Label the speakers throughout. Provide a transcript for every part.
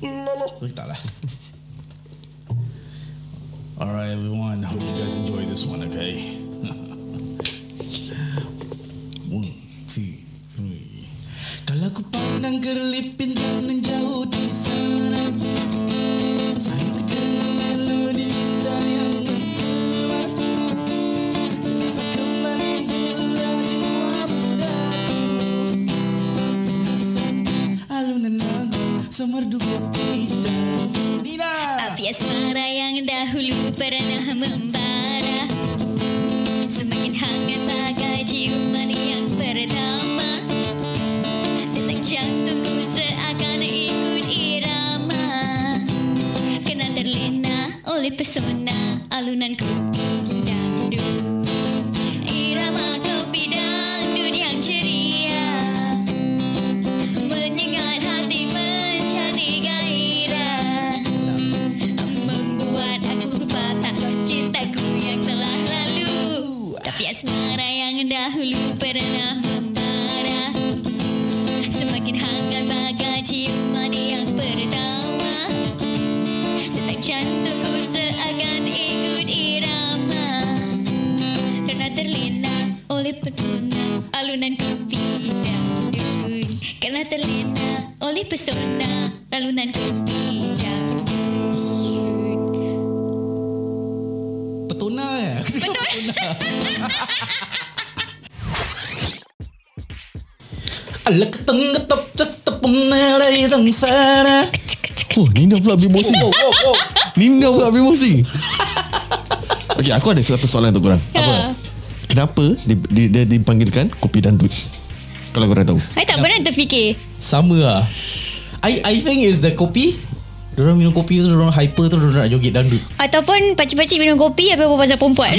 Speaker 1: Look at that. All right, everyone. Hope you guys enjoy this one, okay? one, two, three. Kalau ku pandang kerlipin nan jauh di sana Saya ku dengar melodi cinta yang mengular Sekembali gelap jiwa mudaku Kesan alunan lagu semerdu kopi Nina
Speaker 2: Api asmara yang dahulu pernah membara Semakin hangat bagai ciuman yang pertama Detak jantungku seakan ikut irama Kena terlena oleh pesona alunanku Dangdut Irama kopi dangdut yang ceria Menyengat hati menjadi gairah Membuat aku lupa takut cintaku yang telah lalu Tapi asmara yang dahulu pernah membara Semakin hangat bagai ciuman yang pertama Detak jantungku seakan ikut irama Kerana terlena oleh pesona alunan kopi dangdut Kerana terlena oleh pesona alunan kopi dangdut
Speaker 1: Petona eh Betul Ala keteng ketep Just tepung nelai teng sana
Speaker 3: Oh Nina pula ambil emosi
Speaker 1: Oh oh oh
Speaker 3: Nina pula ambil emosi Okay aku ada satu soalan untuk korang
Speaker 2: Apa?
Speaker 3: Kenapa dia, dia, dia dipanggilkan Kopi Dandut Kalau korang tahu
Speaker 2: I tak pernah terfikir
Speaker 1: Sama lah I I think is the kopi Diorang minum kopi tu Diorang hyper tu Diorang nak joget dandut
Speaker 2: Ataupun pakcik-pakcik minum kopi Apa pasal perempuan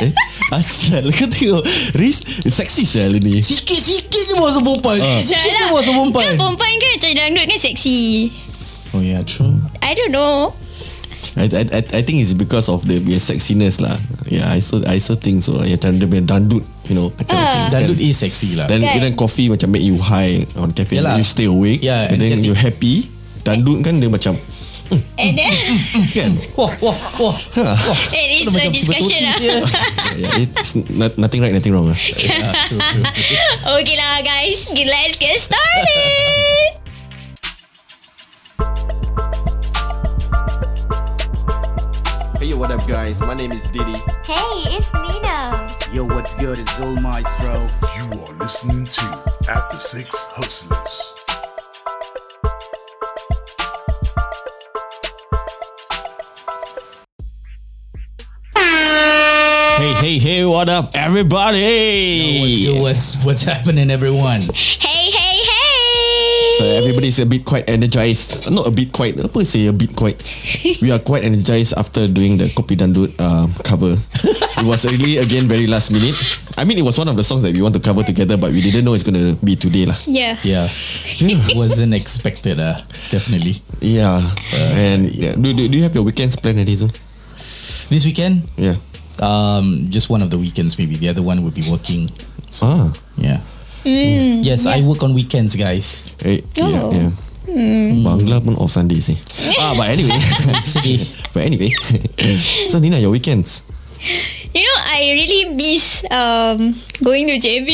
Speaker 3: eh, Asal kau tengok Riz Seksis lah ni
Speaker 1: Sikit-sikit je bahasa perempuan
Speaker 3: Ah.
Speaker 1: Sikit je bahasa perempuan
Speaker 2: Kan perempuan kan Macam dangdut kan seksi
Speaker 1: Oh yeah true
Speaker 2: I don't know
Speaker 3: I, I, I I think it's because of the punya sexiness lah. Yeah, I so I so think so. Ya, macam dia punya dandut, you know. That kind of thing.
Speaker 1: Dandut
Speaker 3: Kan?
Speaker 1: is sexy lah
Speaker 3: Then
Speaker 2: Kan?
Speaker 3: okay. then coffee macam make you high on caffeine.
Speaker 1: Yalah.
Speaker 3: You stay awake.
Speaker 1: Yeah,
Speaker 3: and then
Speaker 1: energetic.
Speaker 3: you happy. Dandut kan dia macam
Speaker 2: And then
Speaker 3: kan.
Speaker 1: Wah wah wah Wah
Speaker 2: It is
Speaker 1: Macam
Speaker 2: a
Speaker 1: si
Speaker 2: discussion
Speaker 1: Betuti
Speaker 2: lah
Speaker 1: je.
Speaker 3: yeah, it's not, nothing right, nothing wrong. lah.
Speaker 2: Okay lah guys Let's get started
Speaker 4: Hey, yo, what up, guys? My name is Diddy.
Speaker 2: Hey it's Nina
Speaker 5: Yo, what's good? It's Old Maestro.
Speaker 6: You are listening to After Six Hustlers.
Speaker 3: Hey, hey, hey, what up,
Speaker 1: What's
Speaker 3: everybody?
Speaker 1: good? What's what's happening, everyone?
Speaker 2: Hey hey hey
Speaker 3: So everybody's a bit quite energized. Not a bit quite. Apa say a bit quite? We are quite energized after doing the Kopi Dandut uh, cover. it was really again very last minute. I mean, it was one of the songs that we want to cover together, but we didn't know it's gonna be today lah.
Speaker 2: Yeah
Speaker 1: Yeah, wasn't expected. Uh, definitely.
Speaker 3: Yeah. Uh, and yeah. Do, do, do you have your weekends planned already, Zul?
Speaker 1: This weekend,
Speaker 3: Yeah.
Speaker 1: um, just one of the weekends, maybe the other one will be working.
Speaker 3: Ah.
Speaker 1: Yeah. yes, I work on weekends, guys.
Speaker 3: Eh, yeah,
Speaker 2: Oh.
Speaker 3: yeah. Bangla pun off Sunday sih. ah, but anyway.
Speaker 1: Sedih.
Speaker 3: but anyway. so Nina, your weekends?
Speaker 2: You know, I really miss um, going to JB.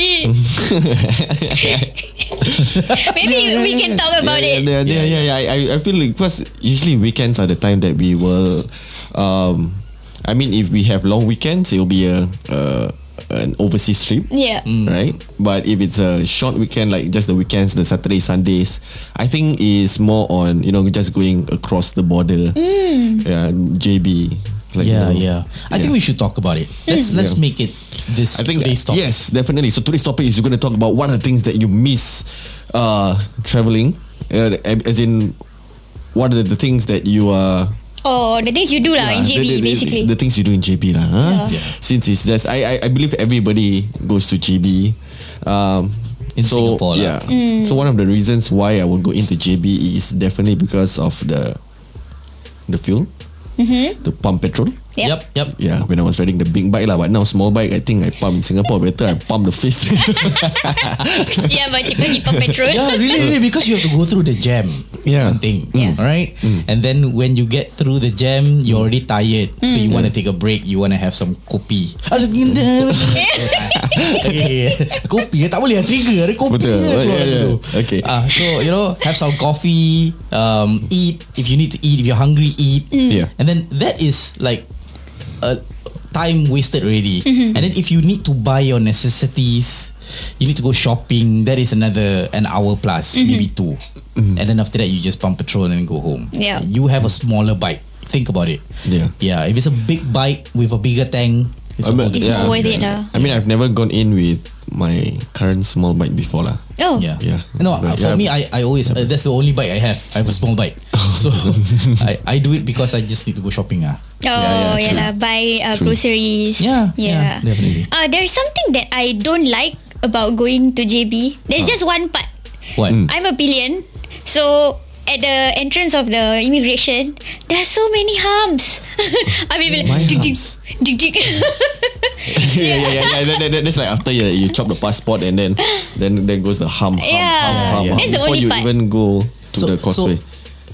Speaker 2: Maybe we can talk about it.
Speaker 3: yeah, Yeah, yeah, yeah. yeah, I, I feel like because usually weekends are the time that we will. Um, I mean, if we have long weekends, it will be a, uh an overseas trip.
Speaker 2: Yeah.
Speaker 1: Mm.
Speaker 3: Right, but if it's a short weekend, like just the weekends, the Saturday, Sundays, I think is more on you know just going across the border,
Speaker 2: Mm.
Speaker 3: yeah, JB. Like,
Speaker 1: Yeah,
Speaker 3: you
Speaker 1: yeah.
Speaker 3: know.
Speaker 1: I think we should talk about it. Let's let's
Speaker 3: Yeah.
Speaker 1: make it this
Speaker 3: I think
Speaker 1: today's topic.
Speaker 3: yes, definitely. So today's topic is you're going to talk about what are the things that you miss uh, traveling, uh, as in what are the things that you are.
Speaker 2: Oh, the things you do lah in
Speaker 3: the-
Speaker 2: JB
Speaker 3: the, the-
Speaker 2: basically.
Speaker 3: the things you do in JB lah. Huh?
Speaker 1: Yeah. Yeah.
Speaker 3: Since it's just, I, I I believe everybody goes to JB. Um,
Speaker 1: In
Speaker 3: so,
Speaker 1: Singapore lah.
Speaker 3: yeah.
Speaker 2: Mm.
Speaker 3: So one of the reasons why I will go into JB is definitely because of the the fuel.
Speaker 2: Mm-hmm.
Speaker 3: to pump petrol.
Speaker 2: Yep.
Speaker 1: Yep, yep.
Speaker 3: Yeah, when I was riding the big bike lah, but now small bike, I think I pump in Singapore better. I pump the face.
Speaker 2: Kesian macam pergi pump petrol.
Speaker 1: Yeah, really, really, because you have to go through the jam.
Speaker 3: Yeah.
Speaker 1: One thing.
Speaker 2: Yeah.
Speaker 1: All right. And then when you get through the jam, you're already tired, so you want to take a break. You want to have some kopi. okay. Kopi eh, tak boleh ah, trigger ada kopi
Speaker 3: Betul. Oh,
Speaker 1: je keluar
Speaker 3: Yeah,
Speaker 1: dulu.
Speaker 3: yeah. Okay.
Speaker 1: Ah, so you know, have some coffee, um, eat if you need to eat. If you're hungry, eat.
Speaker 3: Yeah.
Speaker 1: And then that is like a time wasted already. And then if you need to buy your necessities, you need to go shopping. That is another an hour plus, maybe 2
Speaker 3: Mm-hmm.
Speaker 1: And then after that, you just pump petrol and go home.
Speaker 2: Yeah.
Speaker 1: You have a smaller bike. Think about it.
Speaker 3: Yeah.
Speaker 1: Yeah. If it's a big bike with a bigger tank, it's,
Speaker 3: I mean,
Speaker 1: about-
Speaker 2: It's not worth it lah.
Speaker 3: I mean, I've never gone in with my current small bike before lah.
Speaker 2: Oh.
Speaker 1: Yeah.
Speaker 3: Yeah.
Speaker 1: No,
Speaker 3: But
Speaker 1: for
Speaker 3: yeah. Oh.
Speaker 1: me, I, I always, uh, that's the only bike I have. I have a small bike. So I, I do it because I just need to go shopping. Ah.
Speaker 2: Oh, yeah, lah. Buy uh, groceries.
Speaker 1: Yeah, yeah,
Speaker 2: yeah.
Speaker 1: definitely.
Speaker 2: Uh, there's something that I don't like about going to JB.
Speaker 1: Ah.
Speaker 2: There's just one part.
Speaker 1: What?
Speaker 3: Mm.
Speaker 2: I'm a pillion, so at the entrance of the immigration, there are so many humps. I mean, like,
Speaker 3: Why
Speaker 2: "Dik, dik,
Speaker 3: humps?"
Speaker 2: dik, dik."
Speaker 3: yeah, yeah, yeah. yeah. That, that, that, that's like after you, you chop the passport and then then then goes the hum, hum,
Speaker 2: Yeah.
Speaker 3: hum, hum, hum
Speaker 2: That's the
Speaker 3: before
Speaker 2: only
Speaker 3: you
Speaker 2: part.
Speaker 3: even go to the causeway.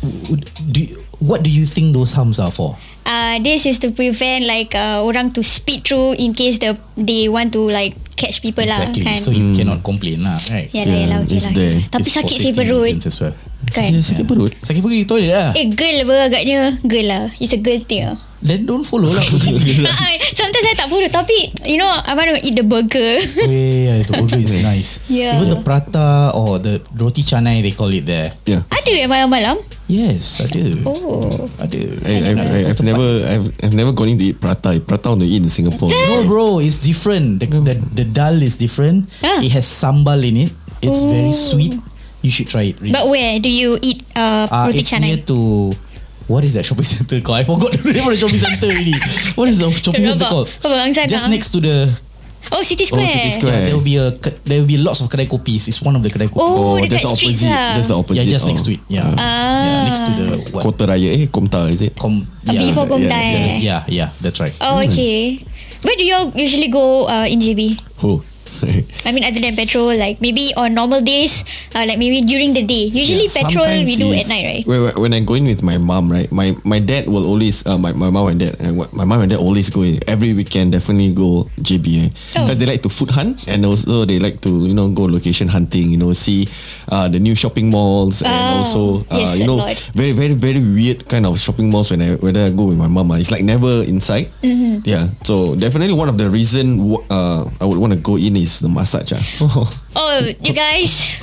Speaker 1: would- do you- what do you think those humps are for?
Speaker 2: uh, this is to prevent like uh, orang to speed through in case the they want to like catch people
Speaker 1: exactly.
Speaker 2: lah. Kan?
Speaker 1: So
Speaker 3: Hmm.
Speaker 1: you cannot complain lah, right?
Speaker 2: yeah, lah, yeah, lah, okay
Speaker 3: it's
Speaker 2: lah.
Speaker 3: there.
Speaker 2: Tapi
Speaker 1: It's for
Speaker 2: sakit saya
Speaker 1: safety
Speaker 2: perut.
Speaker 1: reasons As well.
Speaker 2: Kan?
Speaker 3: yeah, sakit perut.
Speaker 1: Sakit perut pergi toilet lah.
Speaker 2: Eh girl apa agaknya Girl lah It's a girl thing lah
Speaker 1: Then don't follow lah.
Speaker 2: Ah, Sometimes saya tak bodoh Tapi You know I want to eat the burger
Speaker 1: Weh, yeah, the burger is nice.
Speaker 2: Yeah.
Speaker 1: Even the prata or the roti canai they call it there.
Speaker 3: Yeah.
Speaker 2: Ada yang malam-malam
Speaker 1: Yes, ada.
Speaker 2: Oh
Speaker 1: Ada.
Speaker 3: I, I've, I, I've never I've, I've never gone in to eat prata. Prata I want to eat in Singapore.
Speaker 1: No bro, it's different. The, the, the dal is different.
Speaker 2: Ah. Oh.
Speaker 1: It has sambal in it. It's very sweet. You should try it. Really.
Speaker 2: But where do you eat uh,
Speaker 1: Uh,
Speaker 3: Ah,
Speaker 2: Roti
Speaker 1: it's near
Speaker 2: canai
Speaker 1: to what is that shopping center called? I forgot the name of the shopping center already. What is the shopping center
Speaker 2: Rabak.
Speaker 1: called?
Speaker 2: Abang Angsana.
Speaker 1: Just next to the uh,
Speaker 2: Oh City
Speaker 3: Oh,
Speaker 2: Square
Speaker 3: City Square.
Speaker 1: there will be a ke- there will be lots of kedai kopis. It's one of the kedai kopi.
Speaker 2: Oh,
Speaker 3: Oh,
Speaker 2: dekat
Speaker 3: just the
Speaker 2: streets
Speaker 3: opposite.
Speaker 2: lah
Speaker 3: Just the opposite. oh.
Speaker 1: yeah, just
Speaker 3: of-
Speaker 1: next to it. Yeah. yeah, next to the
Speaker 2: Ah.
Speaker 1: what?
Speaker 3: Kota Raya. Eh, Komta is it?
Speaker 1: Com-
Speaker 2: Uh,
Speaker 1: yeah,
Speaker 2: Before Gomtai
Speaker 3: yeah, Hmm.
Speaker 1: yeah, yeah, yeah, that's right.
Speaker 2: Oh okay Where do you all usually go uh, in JB?
Speaker 3: Oh.
Speaker 2: I mean other than petrol Like maybe on normal days uh, Like maybe during the day Usually petrol
Speaker 3: Sometimes
Speaker 2: we do at
Speaker 3: it's-
Speaker 2: night right?
Speaker 3: When, when- when I go in with my mom, right, my my dad will always uh, my my mom and dad and what- my mom and dad always go in every weekend. Definitely go JBA
Speaker 2: Oh.
Speaker 3: because they like to food hunt and also they like to you know go location hunting. You know, see uh, the new shopping malls and
Speaker 2: Ah,
Speaker 3: also uh,
Speaker 2: yes, a
Speaker 3: you know
Speaker 2: lot.
Speaker 3: very very very weird kind of shopping malls. When I whether I go with my mom, ah. it's like never inside.
Speaker 2: Mm-hmm.
Speaker 3: Yeah, so definitely one of the reason wh- uh, I would want to go in is the massage. ah.
Speaker 2: Oh, you guys,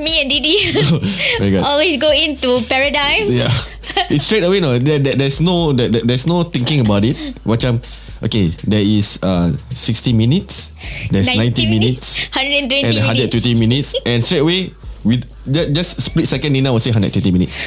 Speaker 2: me and Didi
Speaker 3: Very good.
Speaker 2: always go into paradigm.
Speaker 3: Oh Yeah. It's straight away no. There, there, there's no there, there- there's no thinking about it. Macam okay, there is uh 60 minutes, there's 90, minutes,
Speaker 2: 120
Speaker 3: and
Speaker 2: minutes.
Speaker 3: 120 minutes and straight away with just, just split second Nina will say 120 minutes.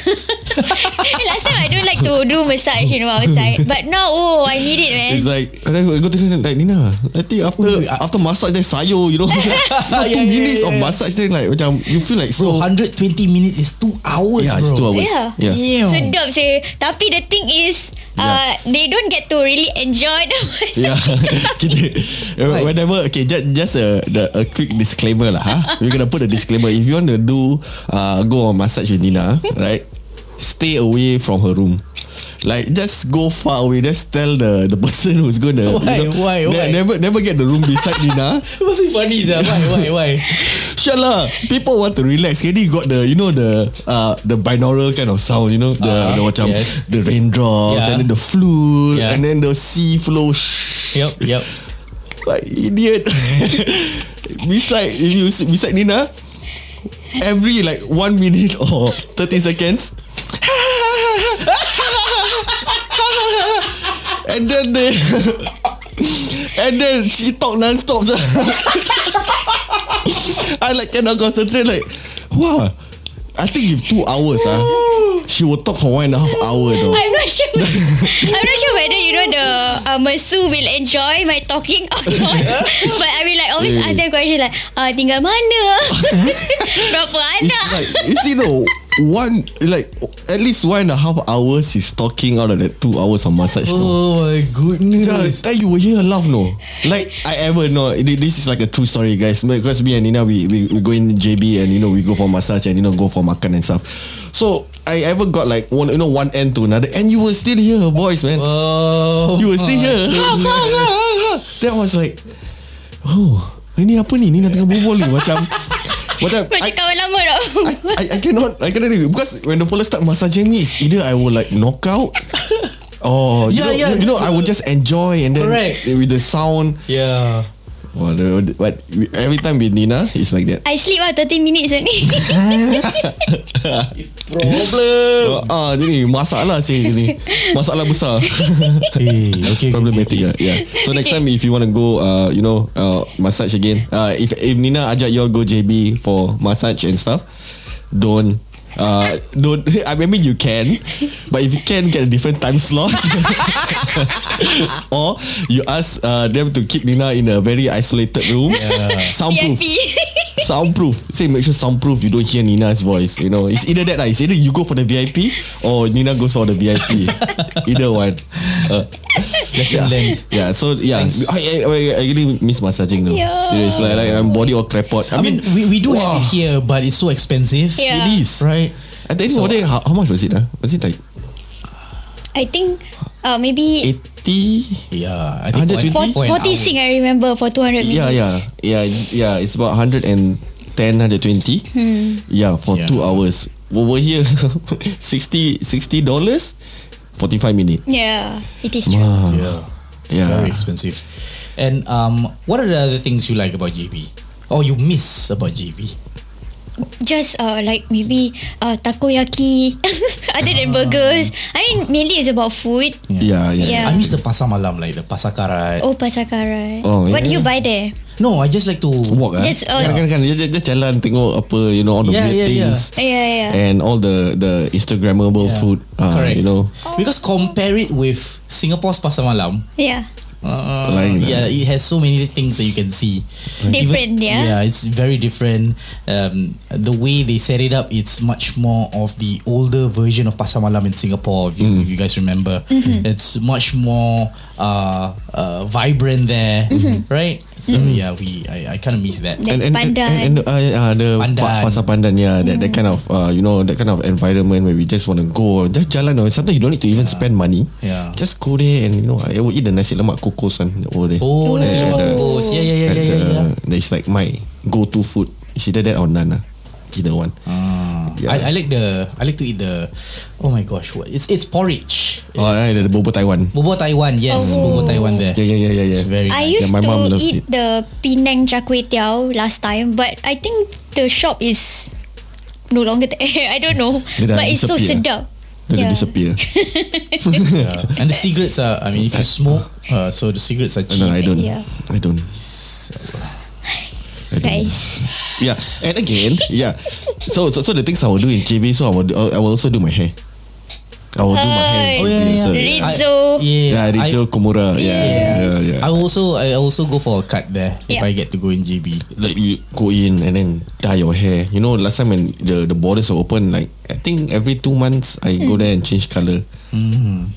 Speaker 2: Last time I don't like to do massage, you know, outside. But now, oh, I need it, man.
Speaker 3: It's like I go to Nina like Nina, I think after after massage there's sayo, you know. you know,
Speaker 1: Yeah, yeah,
Speaker 3: two minutes
Speaker 1: yeah,
Speaker 3: of
Speaker 1: yeah.
Speaker 3: massage then like macam you feel like
Speaker 1: Bro,
Speaker 3: so
Speaker 1: 120 minutes is two hours,
Speaker 3: yeah,
Speaker 1: bro.
Speaker 3: it's two hours.
Speaker 2: Yeah.
Speaker 1: Damn.
Speaker 3: Yeah.
Speaker 2: Sedap sih. Tapi the thing is, uh, they don't get to really enjoy the massage.
Speaker 3: Yeah, Ya. kita whenever okay just just a the, a quick disclaimer lah. Huh? We're gonna put a disclaimer. If you want to do uh, go on massage with Nina, right? Stay away from her room. Like just go far away. Just tell the the person who's gonna
Speaker 1: Why?
Speaker 3: You know,
Speaker 1: Why?
Speaker 3: ne-
Speaker 1: Why?
Speaker 3: Never never get the room beside Nina.
Speaker 1: Must be funny, sia. Why? Why? Why?
Speaker 3: Shut lah. People want to relax. Kini got the you know the uh the binaural kind of sound. You know the
Speaker 1: Ah,
Speaker 3: the macam
Speaker 1: yes.
Speaker 3: the raindrops
Speaker 1: Yeah.
Speaker 3: and then the flute
Speaker 1: Yeah.
Speaker 3: and then the sea flow. Shh.
Speaker 1: yep, yep.
Speaker 3: Like idiot. beside if you sit beside Nina, every like one minute or thirty seconds. and then they and then she talk non-stop. sia. I like cannot concentrate. Like, wow. I think if two hours ah, She will talk for one and a half hour though.
Speaker 2: I'm not sure. I'm not sure whether you know the uh, Masu will enjoy my talking or not. But I will like always ask them question like, uh, tinggal mana? Berapa
Speaker 3: It's
Speaker 2: anak?
Speaker 3: like it's you know one like at least one and a half hours is talking out of that two hours of massage. Oh.
Speaker 1: Oh my
Speaker 3: Yeah,
Speaker 1: goodness.
Speaker 3: then you will hear her laugh no Like I ever know thi- This is like a true story guys Because me and Nina we, we, we go in JB And you know we go for massage And you know go for makan and stuff So I ever got like one, You know one end to another And you will still hear her voice man
Speaker 1: Oh.
Speaker 3: You were still here That was like Oh Ini apa ni Ni nak tengah berbual ni Macam Macam
Speaker 2: Macam
Speaker 3: I,
Speaker 2: kawan lama tau.
Speaker 3: I, I, I cannot I cannot do it. Because when the fella start massaging me It's either I will like knock out Oh
Speaker 1: Yeah,
Speaker 3: you know,
Speaker 1: yeah.
Speaker 3: You know I will just enjoy And then
Speaker 1: Correct.
Speaker 3: With the sound
Speaker 1: Yeah.
Speaker 3: oh, the, But we- every time with Nina It's like that
Speaker 2: I sleep lah 30 minutes only.
Speaker 1: Problem.
Speaker 3: Ah, uh, jadi masalah sih ini. Masalah lah besar.
Speaker 1: Hey, okay.
Speaker 3: problematic lah. Yeah. So next time if you want to go, uh, you know, uh, massage again. Uh, if if Nina ajak you all go JB for massage and stuff, don't. Uh, don't. I mean you can, but if you can get a different time slot, or you ask uh, them to keep Nina in a very isolated room, soundproof.
Speaker 2: VIP.
Speaker 3: Soundproof. Say make sure soundproof. You don't hear Nina's voice. You know, it's either that lah. It's either you go for the VIP or Nina goes for the VIP. either one. Uh,
Speaker 1: Lesson
Speaker 3: yeah.
Speaker 1: learned.
Speaker 3: Yeah. So yeah, I, I, I, I really miss massaging though.
Speaker 2: Yeah.
Speaker 3: Seriously, like, like I'm body all crapot.
Speaker 1: I mean, we, we do have it here, but it's so expensive.
Speaker 2: Yeah.
Speaker 3: it is
Speaker 1: Right?
Speaker 3: I think so, there, how, how much was it? Uh? was it like
Speaker 2: I think uh, maybe
Speaker 3: eighty?
Speaker 1: Yeah. I think for-
Speaker 2: for,
Speaker 3: 120?
Speaker 1: for an
Speaker 2: 40
Speaker 1: hour.
Speaker 2: sing I remember for 200 minutes.
Speaker 3: Yeah, yeah, yeah, yeah. It's about 110, 120.
Speaker 2: Hmm.
Speaker 3: Yeah, for
Speaker 1: Yeah.
Speaker 3: two hours. Over here, 60 60 dollars, 45 minutes.
Speaker 2: Yeah, it is true.
Speaker 1: Yeah. It's
Speaker 3: Yeah.
Speaker 1: very expensive. And um, what are the other things you like about JB? Or you miss about JB?
Speaker 2: Just uh, like maybe uh, takoyaki other than burgers. I mean mainly it's about food.
Speaker 3: Yeah, yeah.
Speaker 2: Yeah.
Speaker 1: I miss the pasar malam, like the pasar karat.
Speaker 2: Oh pasar karat.
Speaker 3: Oh,
Speaker 2: What do you
Speaker 3: yeah.
Speaker 2: buy there?
Speaker 1: No, I just like to
Speaker 3: Walk ah.
Speaker 2: That's all.
Speaker 3: Kan kan kan dia, dia, dia jalan tengok apa you know all the
Speaker 1: Yeah,
Speaker 3: weird
Speaker 1: yeah, yeah.
Speaker 3: things
Speaker 2: Yeah, yeah.
Speaker 3: and all the the instagrammable
Speaker 1: Yeah.
Speaker 3: food uh,
Speaker 1: Ya. Correct.
Speaker 3: you know.
Speaker 1: Because compare it with Singapore's pasar malam,
Speaker 2: Yeah.
Speaker 1: uh,
Speaker 3: Lain lah.
Speaker 1: yeah, it has so many things that you can see.
Speaker 2: Different, yeah.
Speaker 1: Yeah, it's very different. Um, the way they set it up, it's much more of the older version of pasar malam in Singapore. If you,
Speaker 3: Mm.
Speaker 1: if you guys remember,
Speaker 2: Mm-hmm.
Speaker 1: it's much more uh, uh, vibrant there,
Speaker 2: Mm-hmm.
Speaker 1: right? So yeah, we I, I kind of miss that.
Speaker 2: That
Speaker 3: And and and,
Speaker 2: pandan.
Speaker 3: and uh, yeah, the
Speaker 1: Pandan.
Speaker 3: pa- pasar pandan yeah that, that kind of uh, you know that kind of environment where we just want to go just jalan or sometimes you don't need to even spend money
Speaker 1: Yeah.
Speaker 3: just go there and you know I will eat the nasi lemak kokos and over there
Speaker 1: Oh, nasi lemak
Speaker 3: Yeah, the-
Speaker 1: kukus. Yeah, yeah, yeah,
Speaker 3: At
Speaker 1: yeah, yeah. yeah.
Speaker 3: the- It's like my go-to food. It's either that or nana. Either one.
Speaker 1: Ah,
Speaker 3: Yeah.
Speaker 1: I, I like the I like to eat the oh my gosh what it's it's porridge.
Speaker 3: Oh, right, the bobo Taiwan.
Speaker 1: Bobo Taiwan, yes,
Speaker 2: Oh.
Speaker 1: Bobo Taiwan there.
Speaker 3: Yeah, yeah, yeah, yeah, yeah.
Speaker 1: It's very
Speaker 2: I
Speaker 1: nice.
Speaker 2: used
Speaker 3: my
Speaker 2: to
Speaker 3: mum loves
Speaker 2: eat
Speaker 3: it.
Speaker 2: the Penang char kway teow last time, but I think the shop is no longer there. I don't know,
Speaker 3: Dia dah
Speaker 2: but it's so
Speaker 3: disappear.
Speaker 2: sedap.
Speaker 3: Then
Speaker 2: Yeah.
Speaker 3: they disappear.
Speaker 1: Yeah. And the cigarettes are I mean if you smoke, uh, so the cigarettes are cheap.
Speaker 3: no, I don't.
Speaker 2: Yeah.
Speaker 3: I don't. I don't.
Speaker 2: Guys,
Speaker 3: Yeah, and again, yeah. So, so, so the things I will do in JB, so I will, do- I will also do my hair. I will do my hair.
Speaker 2: Oh,
Speaker 3: in JB,
Speaker 2: yeah,
Speaker 3: So,
Speaker 2: yeah.
Speaker 1: I, yeah,
Speaker 2: Rizzo.
Speaker 3: yeah, yeah Rizzo,
Speaker 1: I,
Speaker 3: Komura. Yeah, yeah, yeah.
Speaker 1: I also I also go for a cut there if
Speaker 2: Yeah.
Speaker 1: I get to go in GB.
Speaker 3: like you go in and then dye your hair. You know, last time when the the borders were open, like I think every two months I go there and change color. Yeah.
Speaker 2: Hmm.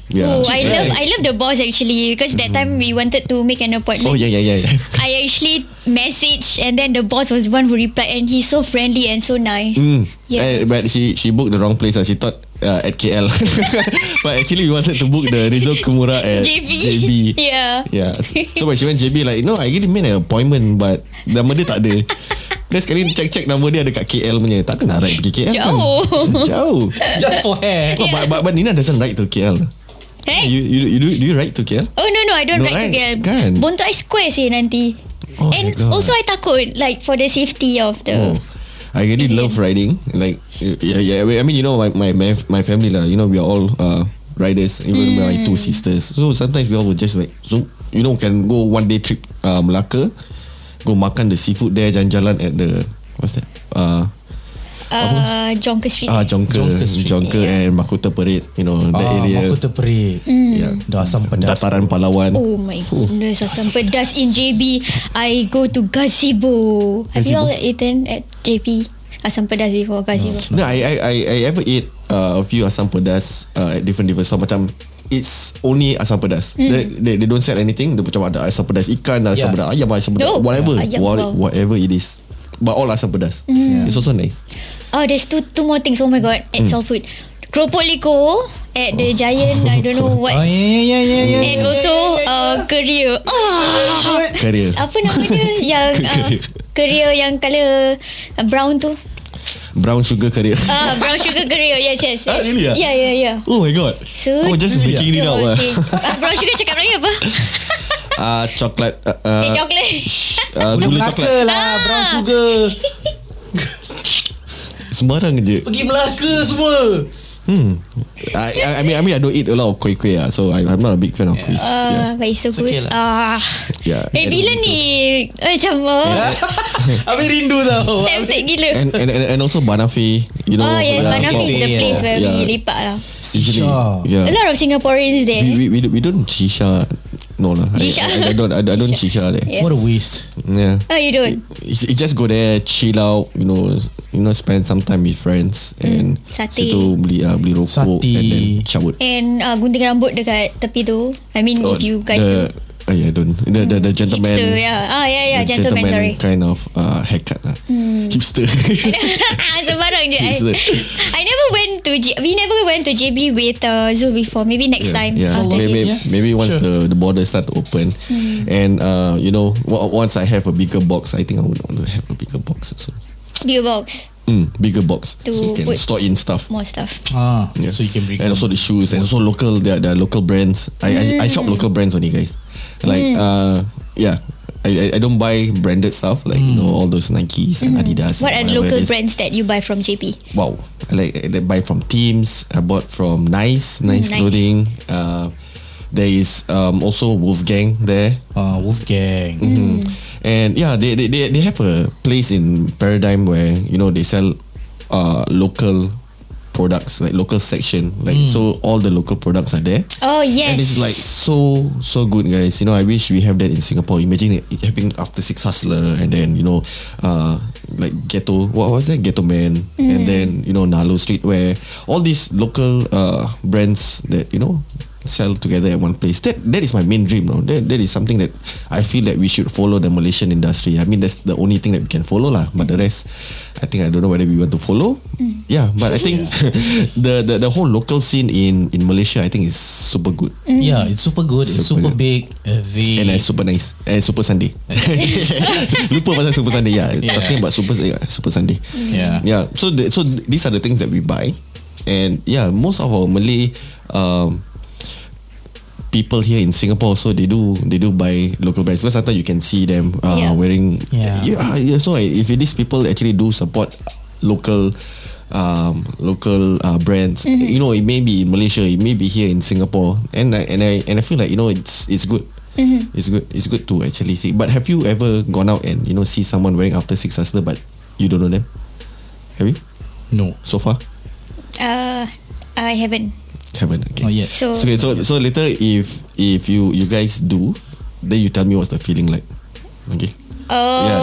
Speaker 2: oh, I love I love the boss actually because that time we wanted to make an
Speaker 3: Oh
Speaker 2: appointment.
Speaker 3: yeah yeah yeah. yeah.
Speaker 2: I actually messaged and then the boss was the one who replied and he's so friendly and so nice.
Speaker 3: Eh,
Speaker 2: Yeah.
Speaker 3: but she she booked the wrong place. ah. She thought uh, at KL, but actually we wanted to book the Rizal Kumura at
Speaker 2: JB.
Speaker 3: JB.
Speaker 2: Yeah.
Speaker 3: Yeah. So when she went JB, like no, I really made an appointment, but nama dia tak ada. Then sekali check check nama dia ada kat KL punya. Takkan nak ride pergi KL kan?
Speaker 2: Jauh.
Speaker 3: Jauh.
Speaker 1: Just for hair.
Speaker 3: No, but, but, but Nina doesn't ride to KL.
Speaker 2: Right?
Speaker 3: You you you do do you ride to KL?
Speaker 2: Oh no no I don't
Speaker 3: No,
Speaker 2: ride
Speaker 3: right?
Speaker 2: together.
Speaker 3: Kan?
Speaker 2: Bontot I square sih nanti.
Speaker 3: Oh my
Speaker 2: And
Speaker 3: God.
Speaker 2: also I takut like for the safety of the
Speaker 3: Oh. I really love riding. Like yeah yeah. I mean you know my my my my family lah. You know we are all uh, riders. Even my two sisters. So sometimes we all will just like so you know can go one day trip uh, Melaka, go makan the seafood there, jalan-jalan at the what's that? Uh,
Speaker 2: uh, Jonker Street.
Speaker 3: Ah, Jonker,
Speaker 1: Jonker
Speaker 3: Jonker,
Speaker 1: Street.
Speaker 3: and Makuta Parade, you know that
Speaker 1: Ah,
Speaker 3: area.
Speaker 1: Aku terperit.
Speaker 3: yeah.
Speaker 1: Dah asam pedas.
Speaker 3: Dataran Palawan.
Speaker 2: Oh my goodness, asam pedas in JB. I go to gazebo. Have you all eaten at JB? Asam pedas before gazebo.
Speaker 3: No, I I I, I ever eat uh, a few asam pedas uh, at different different store macam it's only asam pedas.
Speaker 2: Hmm.
Speaker 3: They, they, they don't sell anything. Dia macam ada asam pedas ikan, asam
Speaker 1: Yeah.
Speaker 3: pedas ayam, asam pedas
Speaker 2: No. Hmm.
Speaker 3: whatever,
Speaker 2: Ayam,
Speaker 3: what,
Speaker 2: wow.
Speaker 3: whatever it is. But all asam pedas. It's also nice.
Speaker 2: Oh, there's two two more things. Oh my god, at
Speaker 3: Hmm.
Speaker 2: Soul Food. Keropok Liko at
Speaker 3: Oh.
Speaker 2: the Giant, I don't know
Speaker 1: Oh,
Speaker 2: what.
Speaker 1: yeah, yeah, yeah, yeah.
Speaker 2: And also uh, Korea. Oh,
Speaker 3: Career.
Speaker 2: apa nama dia? yang uh,
Speaker 3: Korea.
Speaker 2: Korea yang colour uh, brown tu.
Speaker 3: Brown sugar career.
Speaker 2: Ah, brown sugar Korea. Yes, yes. yes.
Speaker 3: Ah, really ah?
Speaker 2: Yeah, yeah, yeah.
Speaker 3: Oh my god.
Speaker 2: So,
Speaker 3: oh just
Speaker 2: Really
Speaker 3: making it
Speaker 2: ah?
Speaker 3: out. lah.
Speaker 2: Same. Ah, brown sugar cakap Melayu apa?
Speaker 3: Ah chocolate uh, uh,
Speaker 2: Eh, coklat.
Speaker 3: uh,
Speaker 1: Gula
Speaker 3: gula
Speaker 1: Melaka
Speaker 3: coklat.
Speaker 1: lah, brown
Speaker 2: Ah.
Speaker 1: sugar.
Speaker 3: Sembarang je.
Speaker 1: Pergi Melaka semua.
Speaker 3: I, I, I mean I mean I don't eat a lot of kuih kuih ah, so I, I'm not a big fan of kuih.
Speaker 2: Ah,
Speaker 3: Yeah.
Speaker 2: but it's so
Speaker 1: It's okay
Speaker 2: good.
Speaker 1: lah.
Speaker 2: Ah.
Speaker 3: yeah.
Speaker 2: Eh, bila ni? Eh, Macam oh,
Speaker 1: Ah. Habis rindu tau.
Speaker 2: tempted gila.
Speaker 3: And and and, and also Banafi, you know.
Speaker 2: Oh, yes,
Speaker 1: Banana
Speaker 2: Banafi is the
Speaker 1: Cafe,
Speaker 2: place
Speaker 1: yeah.
Speaker 2: where
Speaker 3: Yeah.
Speaker 2: we lepak lah.
Speaker 3: Usually,
Speaker 1: Shisha.
Speaker 3: yeah.
Speaker 2: A lot of Singaporeans there.
Speaker 3: We, we, we, don't- we don't shisha. No lah.
Speaker 2: Eh?
Speaker 3: I-
Speaker 2: Shisha.
Speaker 3: I, I, don't I, I don't shisha there.
Speaker 2: Yeah.
Speaker 1: What a waste.
Speaker 3: Yeah.
Speaker 2: Oh, you don't?
Speaker 3: It's- You just go there, chill out, you know, you know, spend some time with friends and
Speaker 2: Mm, Satay.
Speaker 3: situ beli uh, beli rokok
Speaker 1: Satay.
Speaker 3: and then cabut.
Speaker 2: And uh, gunting rambut dekat tepi tu. I mean, if you guys do.
Speaker 3: the, oh yeah, don't the the, the gentleman.
Speaker 2: Hipster, yeah. Ah, yeah, yeah,
Speaker 3: the
Speaker 2: gentleman, sorry. Mm.
Speaker 3: kind of uh, haircut lah. Hipster.
Speaker 2: Sembarang je. I,
Speaker 3: Hipster.
Speaker 2: Ah, eh. I never went to J- we never went to JB with uh, Zul before. Maybe next time
Speaker 3: Yeah,
Speaker 2: after
Speaker 3: maybe
Speaker 2: this.
Speaker 1: Yeah.
Speaker 3: maybe once
Speaker 1: Sure.
Speaker 3: the the borders start to open,
Speaker 2: Mm.
Speaker 3: and uh, you know, w- once I have a bigger box, I think I would want to have a bigger box also.
Speaker 2: Bill box,
Speaker 3: Mm, bigger box,
Speaker 2: To
Speaker 3: so you can
Speaker 2: put-
Speaker 3: store in stuff.
Speaker 2: more stuff.
Speaker 1: Ah,
Speaker 3: Yeah.
Speaker 1: so you can bring
Speaker 3: and also the shoes and also local there are, there are local brands. I, I I shop
Speaker 2: Mm.
Speaker 3: local brands only guys. Like uh yeah. I, I- I don't buy branded stuff like
Speaker 1: Mm.
Speaker 3: you know all those Nikes and Adidas.
Speaker 2: Mm. What are
Speaker 3: and
Speaker 2: the
Speaker 3: whatever
Speaker 2: local
Speaker 3: it is.
Speaker 2: brands that you buy from JB?
Speaker 3: Wow, I like I buy from Teams. I bought from Nice,
Speaker 2: Mm,
Speaker 3: Nice
Speaker 2: Nice.
Speaker 3: Clothing. Uh, there is um, also Wolfgang there.
Speaker 1: Ah, Wolfgang.
Speaker 3: Mm. And yeah, they, they, they, they have a place in Paradigm where, you know, they sell uh, local products, like local section. Like so all the local products are there.
Speaker 2: Oh yes.
Speaker 3: And it's like so so good guys. You know, I wish we have that in Singapore. Imagine it having after six hustler and then, you know, uh like ghetto what was that? Ghetto man. And then, you know, Nalo Streetwear. All these local uh brands that, you know, sell together at one place. That that is my main dream, no? That that is something that I feel that we should follow the Malaysian industry. I mean that's the only thing that we can follow lah. But the rest I think I don't know whether we want to follow. Yeah, but I think the, the the whole local scene in in Malaysia I think is super good.
Speaker 2: Mm.
Speaker 1: Yeah, it's super good. It's super
Speaker 3: Super good.
Speaker 1: big. Uh, they,
Speaker 3: And uh, super nice And super Sunday Lupa pasal super Sunday ya. yeah,
Speaker 1: Yeah.
Speaker 3: yeah. Talking about super yeah, super Sunday
Speaker 1: Yeah.
Speaker 3: yeah. So the, so these are the things that we buy And yeah Most of our Malay um, People here in Singapore So they do They do buy local brands Because sometimes you can see them uh,
Speaker 2: Yeah.
Speaker 3: Wearing
Speaker 1: Yeah.
Speaker 3: yeah, yeah, So if these people actually do support Local um, local uh, brands,
Speaker 1: Mm-hmm.
Speaker 3: you know, it may be in Malaysia, it may be here in Singapore, and I and I and I feel like you know it's it's good,
Speaker 1: Mm-hmm.
Speaker 3: it's good, it's good to actually see. But have you ever gone out and you know see someone wearing after six hustler, but you don't know them? Have you
Speaker 1: no,
Speaker 3: so far?
Speaker 2: uh, I haven't.
Speaker 3: Haven't. Okay.
Speaker 1: not yet.
Speaker 2: So,
Speaker 3: So, okay, so so later if if you you guys do, then you tell me what's the feeling like. Okay.
Speaker 2: oh,
Speaker 3: Yeah.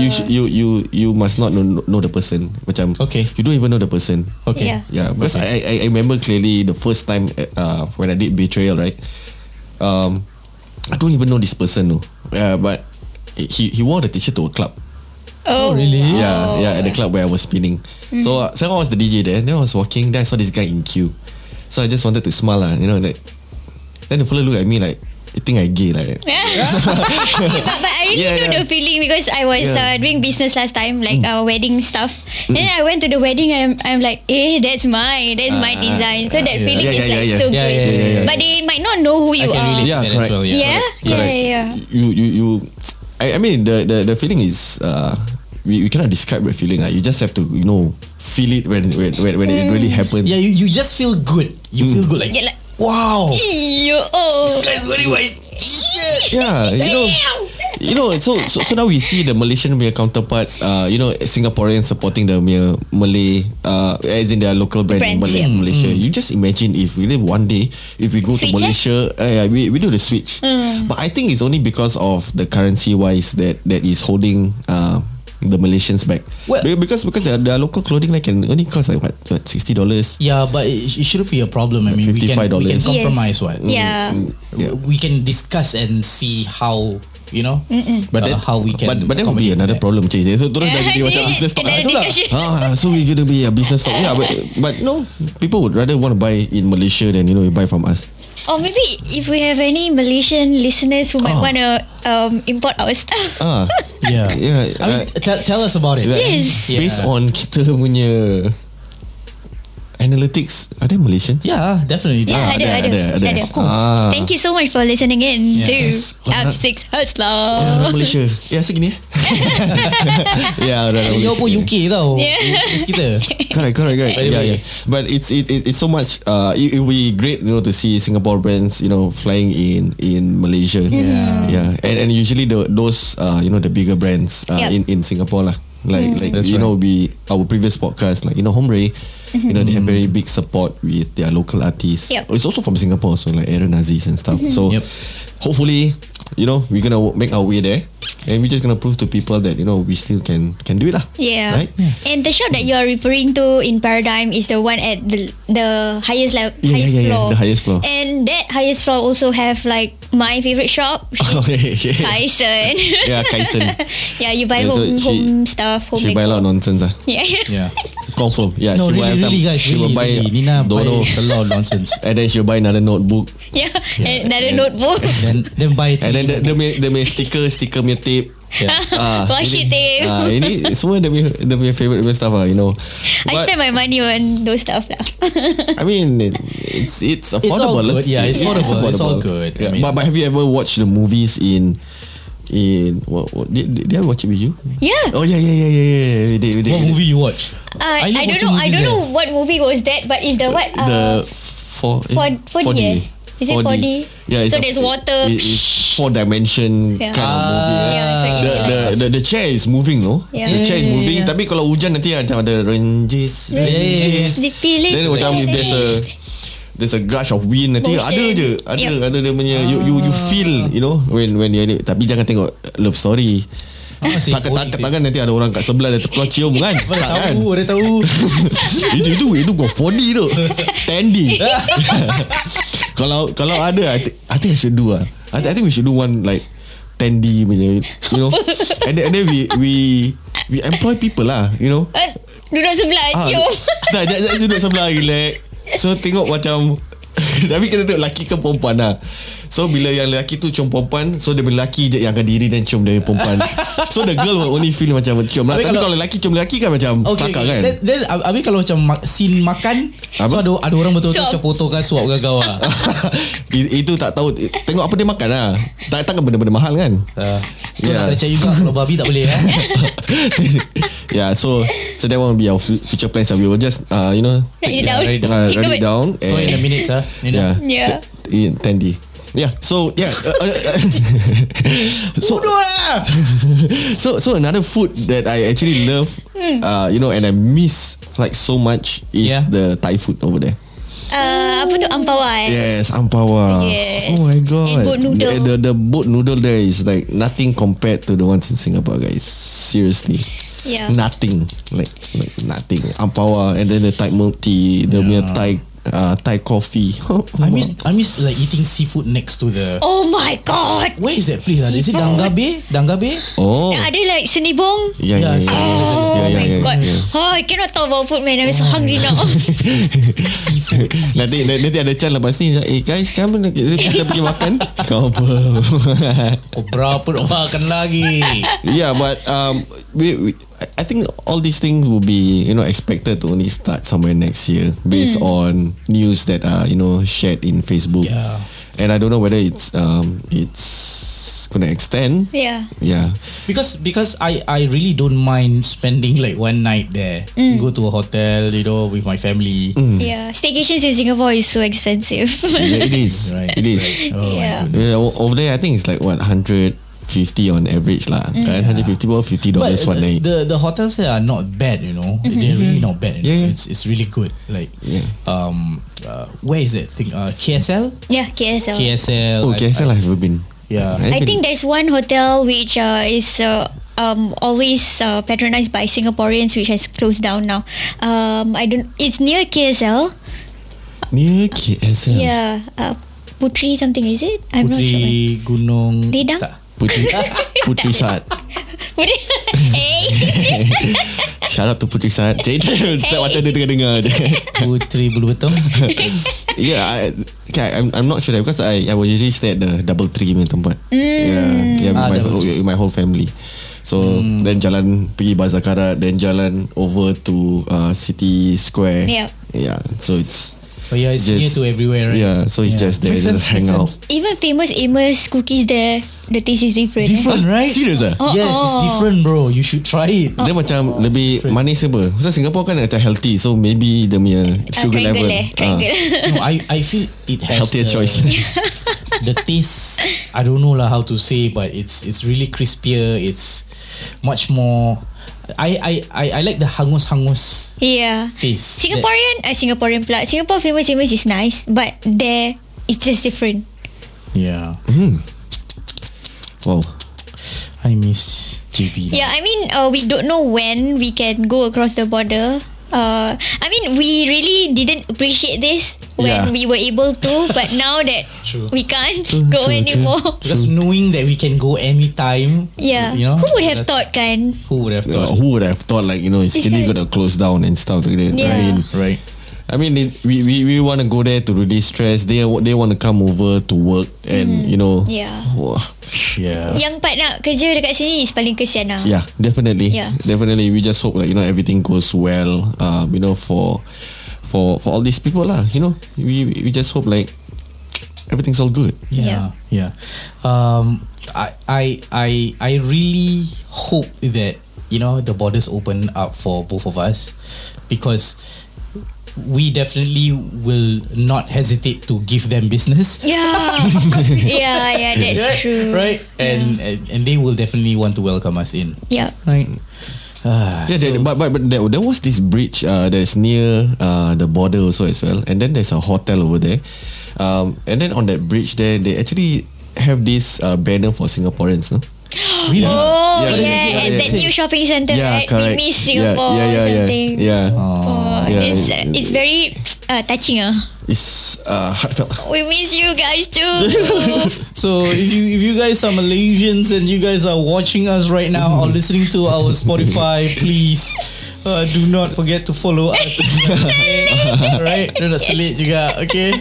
Speaker 1: Uh.
Speaker 3: you sh- you you you must not know know the person. Macam
Speaker 1: Okay.
Speaker 3: You don't even know the person.
Speaker 1: Okay.
Speaker 2: Yeah.
Speaker 3: Yeah, because I, I I remember clearly the first time uh, when I did betrayal, right? Um, I don't even know this person, no. Yeah, but he he wore the t-shirt to a club.
Speaker 2: oh,
Speaker 1: really?
Speaker 3: Yeah, yeah, at the club where I was spinning.
Speaker 1: Mm-hmm.
Speaker 3: So, uh, so I was the DJ there. Then I was walking. Then I saw this guy in queue. So I just wanted to smile, lah, you know, like. Then the fella looked at me like, you think I gay, like. that."
Speaker 2: Yeah, but, but I really
Speaker 3: Yeah,
Speaker 2: know
Speaker 3: yeah.
Speaker 2: the feeling because I was
Speaker 3: Yeah. Mm.
Speaker 2: uh, doing business last time, like uh, wedding stuff. And then I went to the wedding and I'm, I'm like, eh, that's mine. That's my
Speaker 3: Ah,
Speaker 2: design. So that
Speaker 3: yeah.
Speaker 2: feeling
Speaker 3: Yeah,
Speaker 2: is
Speaker 3: yeah,
Speaker 2: like
Speaker 3: yeah,
Speaker 2: so
Speaker 1: yeah.
Speaker 2: good.
Speaker 1: Yeah, yeah, yeah, yeah.
Speaker 2: But they might not know who
Speaker 1: I
Speaker 2: you
Speaker 1: can
Speaker 2: are.
Speaker 1: relate
Speaker 3: Yeah,
Speaker 1: to that as
Speaker 3: correct.
Speaker 1: well. Yeah.
Speaker 2: Yeah, yeah,
Speaker 3: Correct.
Speaker 2: yeah.
Speaker 3: You you you. I, I mean the, the the feeling is uh we, we cannot describe the feeling. Like, you just have to you know feel it when when when, when
Speaker 2: Mm.
Speaker 3: it really happens.
Speaker 1: Yeah, you, you just feel good. You feel good like,
Speaker 2: Yeah, like-
Speaker 1: wow.
Speaker 2: Ew, oh.
Speaker 1: That's very white.
Speaker 3: yeah. Uh, You know. you know so, so so now we see the Malaysian punya counterparts uh, you know Singaporean supporting the punya Malay uh, as in their local brand
Speaker 2: Brands,
Speaker 3: in Malay,
Speaker 2: yeah.
Speaker 3: Malaysia you just imagine if we live one day if we go
Speaker 2: Switch, Hmm.
Speaker 3: to
Speaker 2: eh?
Speaker 3: Malaysia uh, yeah, we, we do the switch but I think it's only because of the currency wise that that is holding uh, the Malaysians back
Speaker 1: Well-
Speaker 3: Be- because because their, their local clothing like can only cost like what, what 60 dollars
Speaker 1: Yeah, but it, it shouldn't be a problem. I mean, we can we can
Speaker 3: $55.
Speaker 2: Yes.
Speaker 1: compromise. What?
Speaker 3: Mm.
Speaker 2: Yeah.
Speaker 3: yeah.
Speaker 1: We can discuss and see how you know.
Speaker 3: But
Speaker 1: uh,
Speaker 3: then,
Speaker 1: how we can.
Speaker 3: But, but that would be
Speaker 1: accommodate
Speaker 3: another
Speaker 1: that.
Speaker 3: problem cik. So terus dah
Speaker 2: Yeah,
Speaker 3: jadi
Speaker 2: ni
Speaker 3: macam business talk
Speaker 2: another
Speaker 3: Ah, itulah.
Speaker 2: discussion.
Speaker 3: ah, So we gonna be a business talk Yeah but, but no People would rather want to buy In Malaysia Than you know you buy from us
Speaker 2: Or maybe if we have any Malaysian listeners who might
Speaker 3: Oh.
Speaker 2: want to um, import our stuff.
Speaker 3: Ah,
Speaker 1: Yeah.
Speaker 3: Yeah,
Speaker 1: I mean,
Speaker 3: uh,
Speaker 1: tell, tell us about it.
Speaker 3: like,
Speaker 2: Yes.
Speaker 1: Yeah.
Speaker 3: Based on kita punya Analytics Are there Malaysians?
Speaker 1: Yeah, definitely. do.
Speaker 2: Yeah,
Speaker 3: Ah,
Speaker 2: ada, ada,
Speaker 3: ada,
Speaker 2: ada,
Speaker 3: ada.
Speaker 2: ada.
Speaker 3: Of course. Ah.
Speaker 2: Thank you so much for listening in to
Speaker 3: Yes.
Speaker 2: Up Six Hertz lah.
Speaker 3: Orang-orang Malaysia Ya segini eh Ya orang-orang
Speaker 1: Eh, Yo
Speaker 3: Malaysia
Speaker 1: pun UK tau.
Speaker 2: Yeah.
Speaker 1: Yes, kita.
Speaker 3: correct, correct, correct.
Speaker 1: By the
Speaker 3: Yeah,
Speaker 1: way.
Speaker 3: yeah. But it's it, it it's so much. Uh, it, it would be great, you know, to see Singapore brands, you know, flying in in Malaysia. Yeah, yeah. And and usually the those uh, you know the bigger brands uh,
Speaker 2: Yup.
Speaker 3: in in Singapore lah. Like like
Speaker 1: That's
Speaker 3: you
Speaker 1: right.
Speaker 3: know we our previous podcast like you know Hombre. You know they have very
Speaker 1: Mm-hmm.
Speaker 3: big support with their local artists.
Speaker 2: Yup.
Speaker 3: It's also from Singapore, so like Aaron Aziz and stuff. So
Speaker 1: Yep.
Speaker 3: hopefully, you know, we're gonna make our way there, and we're just gonna prove to people that you know we still can can do it lah.
Speaker 2: Yeah.
Speaker 3: Right.
Speaker 2: And the shop that you are referring to in Paradigm is the one at the the highest level,
Speaker 3: Yeah, yeah,
Speaker 2: highest
Speaker 3: yeah, yeah,
Speaker 2: floor.
Speaker 3: the highest floor.
Speaker 2: And that highest floor also have like my favorite shop, which is
Speaker 3: Okay, yeah.
Speaker 2: Tyson.
Speaker 3: Yeah, Tyson.
Speaker 2: yeah, you buy
Speaker 3: Yeah, so
Speaker 2: home
Speaker 3: she-
Speaker 2: home stuff, home
Speaker 3: She buy a lot of
Speaker 2: decor.
Speaker 3: nonsense ah.
Speaker 2: Yeah.
Speaker 1: Yeah.
Speaker 3: Confirm. Yeah,
Speaker 1: No,
Speaker 3: she
Speaker 1: really,
Speaker 3: buy
Speaker 1: really, guys.
Speaker 3: She
Speaker 1: really,
Speaker 3: will buy
Speaker 1: really. Nina
Speaker 3: Dono,
Speaker 1: buys a lot of nonsense.
Speaker 3: and then she'll buy another notebook.
Speaker 2: yeah. And another notebook.
Speaker 1: Then, then buy.
Speaker 3: And then the the punya- the punya sticker sticker punya tape.
Speaker 1: Yeah.
Speaker 3: Ah,
Speaker 2: Washi
Speaker 3: ini-
Speaker 2: tape.
Speaker 3: Ah, ini semua dia punya dia punya favorite punya stuff ah, you know.
Speaker 2: I spend my money on those stuff lah.
Speaker 3: I mean, it, it's it's
Speaker 1: all
Speaker 3: affordable. eh.
Speaker 1: good. Yeah, it's affordable. It's all good. I
Speaker 3: Yeah.
Speaker 1: mean-
Speaker 3: but but have you ever watched the movies in in what, what did, did did I watch it with you?
Speaker 2: yeah.
Speaker 3: Oh yeah yeah yeah yeah yeah. yeah. We did, we did,
Speaker 1: What
Speaker 3: we did.
Speaker 1: movie you watch?
Speaker 2: Uh,
Speaker 1: love
Speaker 2: I, don't
Speaker 1: watching
Speaker 2: know. I
Speaker 1: movies
Speaker 2: don't
Speaker 1: there.
Speaker 2: know what movie was that, but it's the what? Uh,
Speaker 3: the four, eh,
Speaker 2: four- 4D, eh? Is it 4D?
Speaker 3: Yeah, it's
Speaker 2: So
Speaker 3: a-
Speaker 2: there's water.
Speaker 3: It, it's four dimension
Speaker 2: Yeah.
Speaker 3: kind of movie. eh?
Speaker 2: yeah, so
Speaker 3: The,
Speaker 2: it's
Speaker 3: the,
Speaker 2: like,
Speaker 3: the the chair is moving no.
Speaker 2: Yeah.
Speaker 3: The chair
Speaker 1: Ah, Yeah,
Speaker 3: is
Speaker 1: yeah,
Speaker 3: moving.
Speaker 1: yeah.
Speaker 3: Tapi kalau hujan nanti macam ada ranges.
Speaker 1: Yes.
Speaker 2: the feeling.
Speaker 3: Then macam there's a there's a gush of wind nanti
Speaker 2: Motion.
Speaker 3: ada je. Ada
Speaker 2: Yep.
Speaker 3: ada dia punya you you you
Speaker 1: Ah.
Speaker 3: feel you know when when you tapi jangan tengok love story.
Speaker 1: Masih
Speaker 3: Tak
Speaker 1: boring
Speaker 3: tak
Speaker 1: sih.
Speaker 3: takkan nanti ada orang kat sebelah dia terkeluar cium kan.
Speaker 1: Mana
Speaker 3: Tak kan?
Speaker 1: tahu, ada tahu.
Speaker 3: itu itu itu bukan 4D tu 10D kalau kalau ada I, thi- I think I should do ah I, thi- I think we should do one like 10D punya you know and then, and then we we we employ people lah you know
Speaker 2: Eh, duduk sebelah
Speaker 3: Ah,
Speaker 2: cium.
Speaker 3: tak jangan jangan duduk sebelah relax so tengok macam tapi kita tengok lelaki ke perempuan lah So bila yang lelaki tu cium perempuan So dia punya lelaki je yang akan diri Dan cium dia punya perempuan So the girl will only feel macam cium lah
Speaker 1: Tapi
Speaker 3: Tapi
Speaker 1: kalau-
Speaker 3: kalau lelaki cium lelaki kan macam
Speaker 1: Okay,
Speaker 3: Kelakar
Speaker 1: okay.
Speaker 3: kan
Speaker 1: Then, then ab- habis kalau macam ma- scene makan, so
Speaker 3: Apa?
Speaker 1: ada, ada orang betul-betul
Speaker 2: Suap.
Speaker 1: macam potongkan suap ke kau lah.
Speaker 3: It- Itu tak tahu Tengok apa dia makan lah Tak takkan benda-benda mahal kan
Speaker 1: Uh, yeah.
Speaker 3: Yeah.
Speaker 1: nak kena check juga kalau babi tak boleh eh.
Speaker 3: Yeah so So that won't be our fu- future plans We will just uh, You know
Speaker 2: Write it down.
Speaker 1: write it
Speaker 3: uh,
Speaker 2: Ignore
Speaker 3: Write it
Speaker 2: it.
Speaker 3: down
Speaker 1: So in a
Speaker 3: and-
Speaker 1: minute ah. Yeah.
Speaker 3: Yeah,
Speaker 2: Yeah.
Speaker 3: T- in 10D Yeah so yeah uh, uh, uh, So
Speaker 1: lah.
Speaker 3: So so another food that I actually love uh, You know and I miss Like so much
Speaker 1: Hmm.
Speaker 3: Is
Speaker 1: Yeah.
Speaker 3: the Thai food over there
Speaker 2: Uh, apa tu ampawa eh?
Speaker 3: Yes, ampawa.
Speaker 2: Yes.
Speaker 3: Oh my god.
Speaker 2: And boat noodle.
Speaker 3: The, the, the boat noodle there is like nothing compared to the ones in Singapore, guys. Seriously.
Speaker 2: Yeah.
Speaker 3: Nothing. Like like nothing. Ampawa and then the Thai milk tea, the punya Thai uh, Thai coffee. Oh.
Speaker 1: I miss I miss like eating seafood next to the
Speaker 2: Oh my god.
Speaker 1: Where is that place? ah? Is it Danggabe? Danggabe?
Speaker 3: oh.
Speaker 2: Yang ada like senibong.
Speaker 3: Yeah, yeah,
Speaker 1: Yeah,
Speaker 3: yeah.
Speaker 2: Oh
Speaker 3: yeah, yeah,
Speaker 2: my
Speaker 3: yeah,
Speaker 2: god.
Speaker 3: yeah.
Speaker 2: Oh, I cannot talk about food man. I'm so hungry now.
Speaker 1: Seafood.
Speaker 3: Nanti nanti ada chance lepas ni Eh guys Kamu nak kita, kita pergi makan Kau apa
Speaker 1: Kau berapa nak makan lagi?
Speaker 3: Yeah but um, we, we, I I think all these things will be You know expected to only start somewhere next year
Speaker 1: Hmm.
Speaker 3: Based on news that are You know shared in Facebook
Speaker 1: Yeah.
Speaker 3: And I don't know whether it's um, It's Gonna extend
Speaker 2: yeah.
Speaker 3: Yeah
Speaker 1: Because because I I really don't mind spending like one night there. Go to a hotel, you know, with my family.
Speaker 2: Yeah. Staycations in Singapore is so expensive.
Speaker 3: Yeah, It is
Speaker 1: Right,
Speaker 3: It is
Speaker 1: right. Oh my
Speaker 2: Yeah.
Speaker 1: goodness.
Speaker 3: Yeah, o- over there I think it's like what 100 50 on average lah mm. kan 150 bawah 50 dollars
Speaker 1: Hmm. But
Speaker 3: Oh, one night
Speaker 1: the the hotels there are not bad, you know. They're really not bad. you know.
Speaker 3: Yeah, yeah.
Speaker 1: It's it's really good. Like,
Speaker 3: Yeah.
Speaker 1: um, uh, where is that thing? Uh, KSL,
Speaker 2: Yeah, KSL.
Speaker 1: KSL.
Speaker 3: oh
Speaker 1: I-
Speaker 3: KSL I've never been
Speaker 1: Yeah.
Speaker 2: I
Speaker 3: I've been-
Speaker 2: think there's one hotel which uh, is uh, um, always uh, patronized by Singaporeans, which has closed down now. Um, I don't. It's near KSL.
Speaker 3: near KSL
Speaker 2: Yeah, uh, Putri something is it? I'm not sure.
Speaker 1: Putri Gunung.
Speaker 2: Ledang?
Speaker 1: Tak.
Speaker 3: Putri Putri Sat
Speaker 2: Putri. hey,
Speaker 3: shout out to Putri Sat jadi Sat macam dia tengah dengar je
Speaker 1: Putri Bulu Betong.
Speaker 3: yeah I, okay, I'm, I'm not sure that because I, I will usually stay at the double tree punya tempat
Speaker 2: Hmm.
Speaker 3: yeah, yeah with,
Speaker 1: Ah,
Speaker 3: my,
Speaker 1: Double Hmm.
Speaker 3: with my whole family so then jalan pergi Bazakara then jalan over to uh, City Square
Speaker 2: Yep.
Speaker 3: yeah so it's
Speaker 1: Oh yeah, it's near
Speaker 3: just-
Speaker 1: to everywhere, right?
Speaker 3: Yeah, so he's
Speaker 1: Yeah.
Speaker 3: just there,
Speaker 1: Makes
Speaker 3: just
Speaker 1: sense,
Speaker 3: hang
Speaker 1: makes
Speaker 3: out.
Speaker 1: sense.
Speaker 2: even famous Amos cookies there. The taste is different. eh?
Speaker 1: Different, right?
Speaker 3: Serious ah?
Speaker 2: Oh,
Speaker 1: Yes, it's
Speaker 2: oh.
Speaker 1: different, bro. You should try it.
Speaker 3: Dia macam
Speaker 1: Oh,
Speaker 3: lebih manis apa Sebab Singapore kan macam healthy So maybe dia punya
Speaker 2: Uh,
Speaker 3: sugar
Speaker 2: triangle
Speaker 3: level
Speaker 2: eh,
Speaker 3: ah,
Speaker 2: triangle.
Speaker 1: No, I I feel it has
Speaker 3: Healthier
Speaker 1: the,
Speaker 3: choice
Speaker 1: the taste. I don't know lah how to say, but it's it's really crispier. It's much more. I I I, I like the hangus hangus
Speaker 2: yeah.
Speaker 1: taste.
Speaker 2: Singaporean, uh, Singaporean pula. Singapore famous Amos is nice, but there it's just different.
Speaker 1: That- yeah,
Speaker 3: Wow
Speaker 1: I miss JB. lah.
Speaker 2: Yeah, I mean, uh, we don't know when we can go across the border. Uh, I mean, we really didn't appreciate this when
Speaker 3: Yeah.
Speaker 2: we were able to, but now that
Speaker 1: True.
Speaker 2: we can't
Speaker 3: True,
Speaker 2: go
Speaker 3: true,
Speaker 2: anymore,
Speaker 1: Just knowing that we can go anytime.
Speaker 2: yeah.
Speaker 1: you know
Speaker 2: Who would have
Speaker 1: that's-
Speaker 2: thought, kan?
Speaker 1: Who would have
Speaker 3: Uh,
Speaker 1: thought?
Speaker 3: who would have thought like you know it's
Speaker 2: It's
Speaker 3: really
Speaker 2: like-
Speaker 3: gonna close down and stuff like that
Speaker 2: Yeah.
Speaker 3: I mean,
Speaker 1: Right.
Speaker 3: I mean it, we we, we want to go there to release stress they they want to come over to work and you know
Speaker 2: Mm. Yeah.
Speaker 3: wah,
Speaker 1: Yeah.
Speaker 2: Yang part nak kerja dekat sini is paling kesian lah.
Speaker 3: yeah definitely
Speaker 2: Yeah.
Speaker 3: definitely we just hope like you know everything goes well um, you know for for for all these people lah you know we we just hope like everything's all good
Speaker 1: yeah yeah um I, I i i really hope that you know the borders open up for both of us because we definitely will not hesitate to give them business
Speaker 2: Yeah, yeah, yeah, Ya. that's
Speaker 1: right?
Speaker 2: true.
Speaker 1: right and, and and they will definitely want to welcome us in
Speaker 2: Yeah.
Speaker 1: right Ah,
Speaker 3: Yeah,
Speaker 1: so-
Speaker 3: there, but but, but there, there was this bridge uh, that's near uh, the border also as well, and then there's a hotel over there, um, and then on that bridge there they actually have this uh, banner for Singaporeans, no? Ya.
Speaker 1: really?
Speaker 2: Oh,
Speaker 3: Yeah,
Speaker 2: yeah,
Speaker 3: yeah, yeah,
Speaker 2: at
Speaker 3: yeah,
Speaker 2: that
Speaker 3: yeah.
Speaker 2: new shopping centre,
Speaker 3: Ya,
Speaker 2: right? We miss Singapore
Speaker 3: yeah, yeah,
Speaker 2: or
Speaker 3: yeah,
Speaker 2: something.
Speaker 3: Yeah,
Speaker 2: Oh,
Speaker 3: Yeah,
Speaker 2: it's,
Speaker 3: it-
Speaker 2: it's very uh, touching. ah.
Speaker 3: it's uh, heartfelt.
Speaker 2: We miss you guys too.
Speaker 1: So if you if you guys are Malaysians and you guys are watching us right now or listening to our Spotify, please uh, do not forget to follow us. right? Do not selit juga, okay?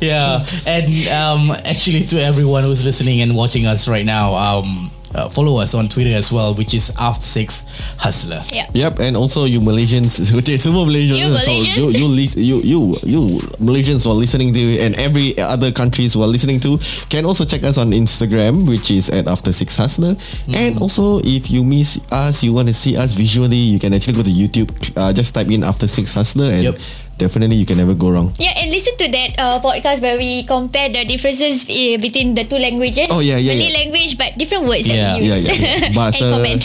Speaker 1: Yeah. And um, actually to everyone who's listening and watching us right now, um, uh, follow us on Twitter as well, which is After Six Hustler.
Speaker 2: yeah.
Speaker 3: Yep, and also you Malaysians, okay, semua Malaysians.
Speaker 2: You
Speaker 3: so
Speaker 2: Malaysians.
Speaker 3: you you lis- you you you Malaysians who are listening to and every other countries who are listening to can also check us on Instagram, which is at After Six Hustler.
Speaker 2: Hmm.
Speaker 3: And also, if you miss us, you want to see us visually, you can actually go to YouTube. Uh, just type in After Six Hustler, and
Speaker 1: Yep.
Speaker 3: definitely you can never go wrong.
Speaker 2: Yeah, and listen to that uh, podcast where we compare the differences uh, between the two languages.
Speaker 3: Oh, yeah, yeah,
Speaker 2: Malay
Speaker 3: yeah.
Speaker 2: language, but different words
Speaker 1: Yeah.
Speaker 2: that we use.
Speaker 3: Yeah, yeah. yeah. Bahasa
Speaker 2: and comment.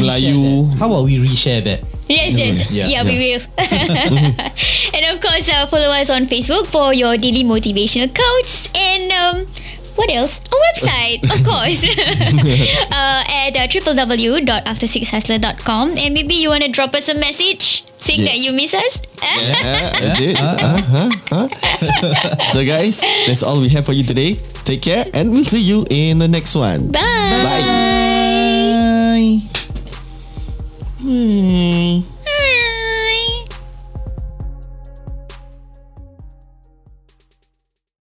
Speaker 3: Melayu.
Speaker 1: How about we reshare that?
Speaker 2: Yes, yes.
Speaker 1: Yeah.
Speaker 2: Yeah, we will. and of course, uh, follow us on Facebook for your daily motivational quotes and um, what else? Our website, of course, uh, at uh, www.aftersixhustler.com. And maybe you want to drop us a message saying
Speaker 3: Yeah.
Speaker 2: that you miss us.
Speaker 3: Yeah, I did. Uh, huh, huh. so guys, that's all we have for you today. Take care, and we'll see you in the next one.
Speaker 2: Bye.
Speaker 3: Bye.
Speaker 1: Bye.
Speaker 3: Hmm.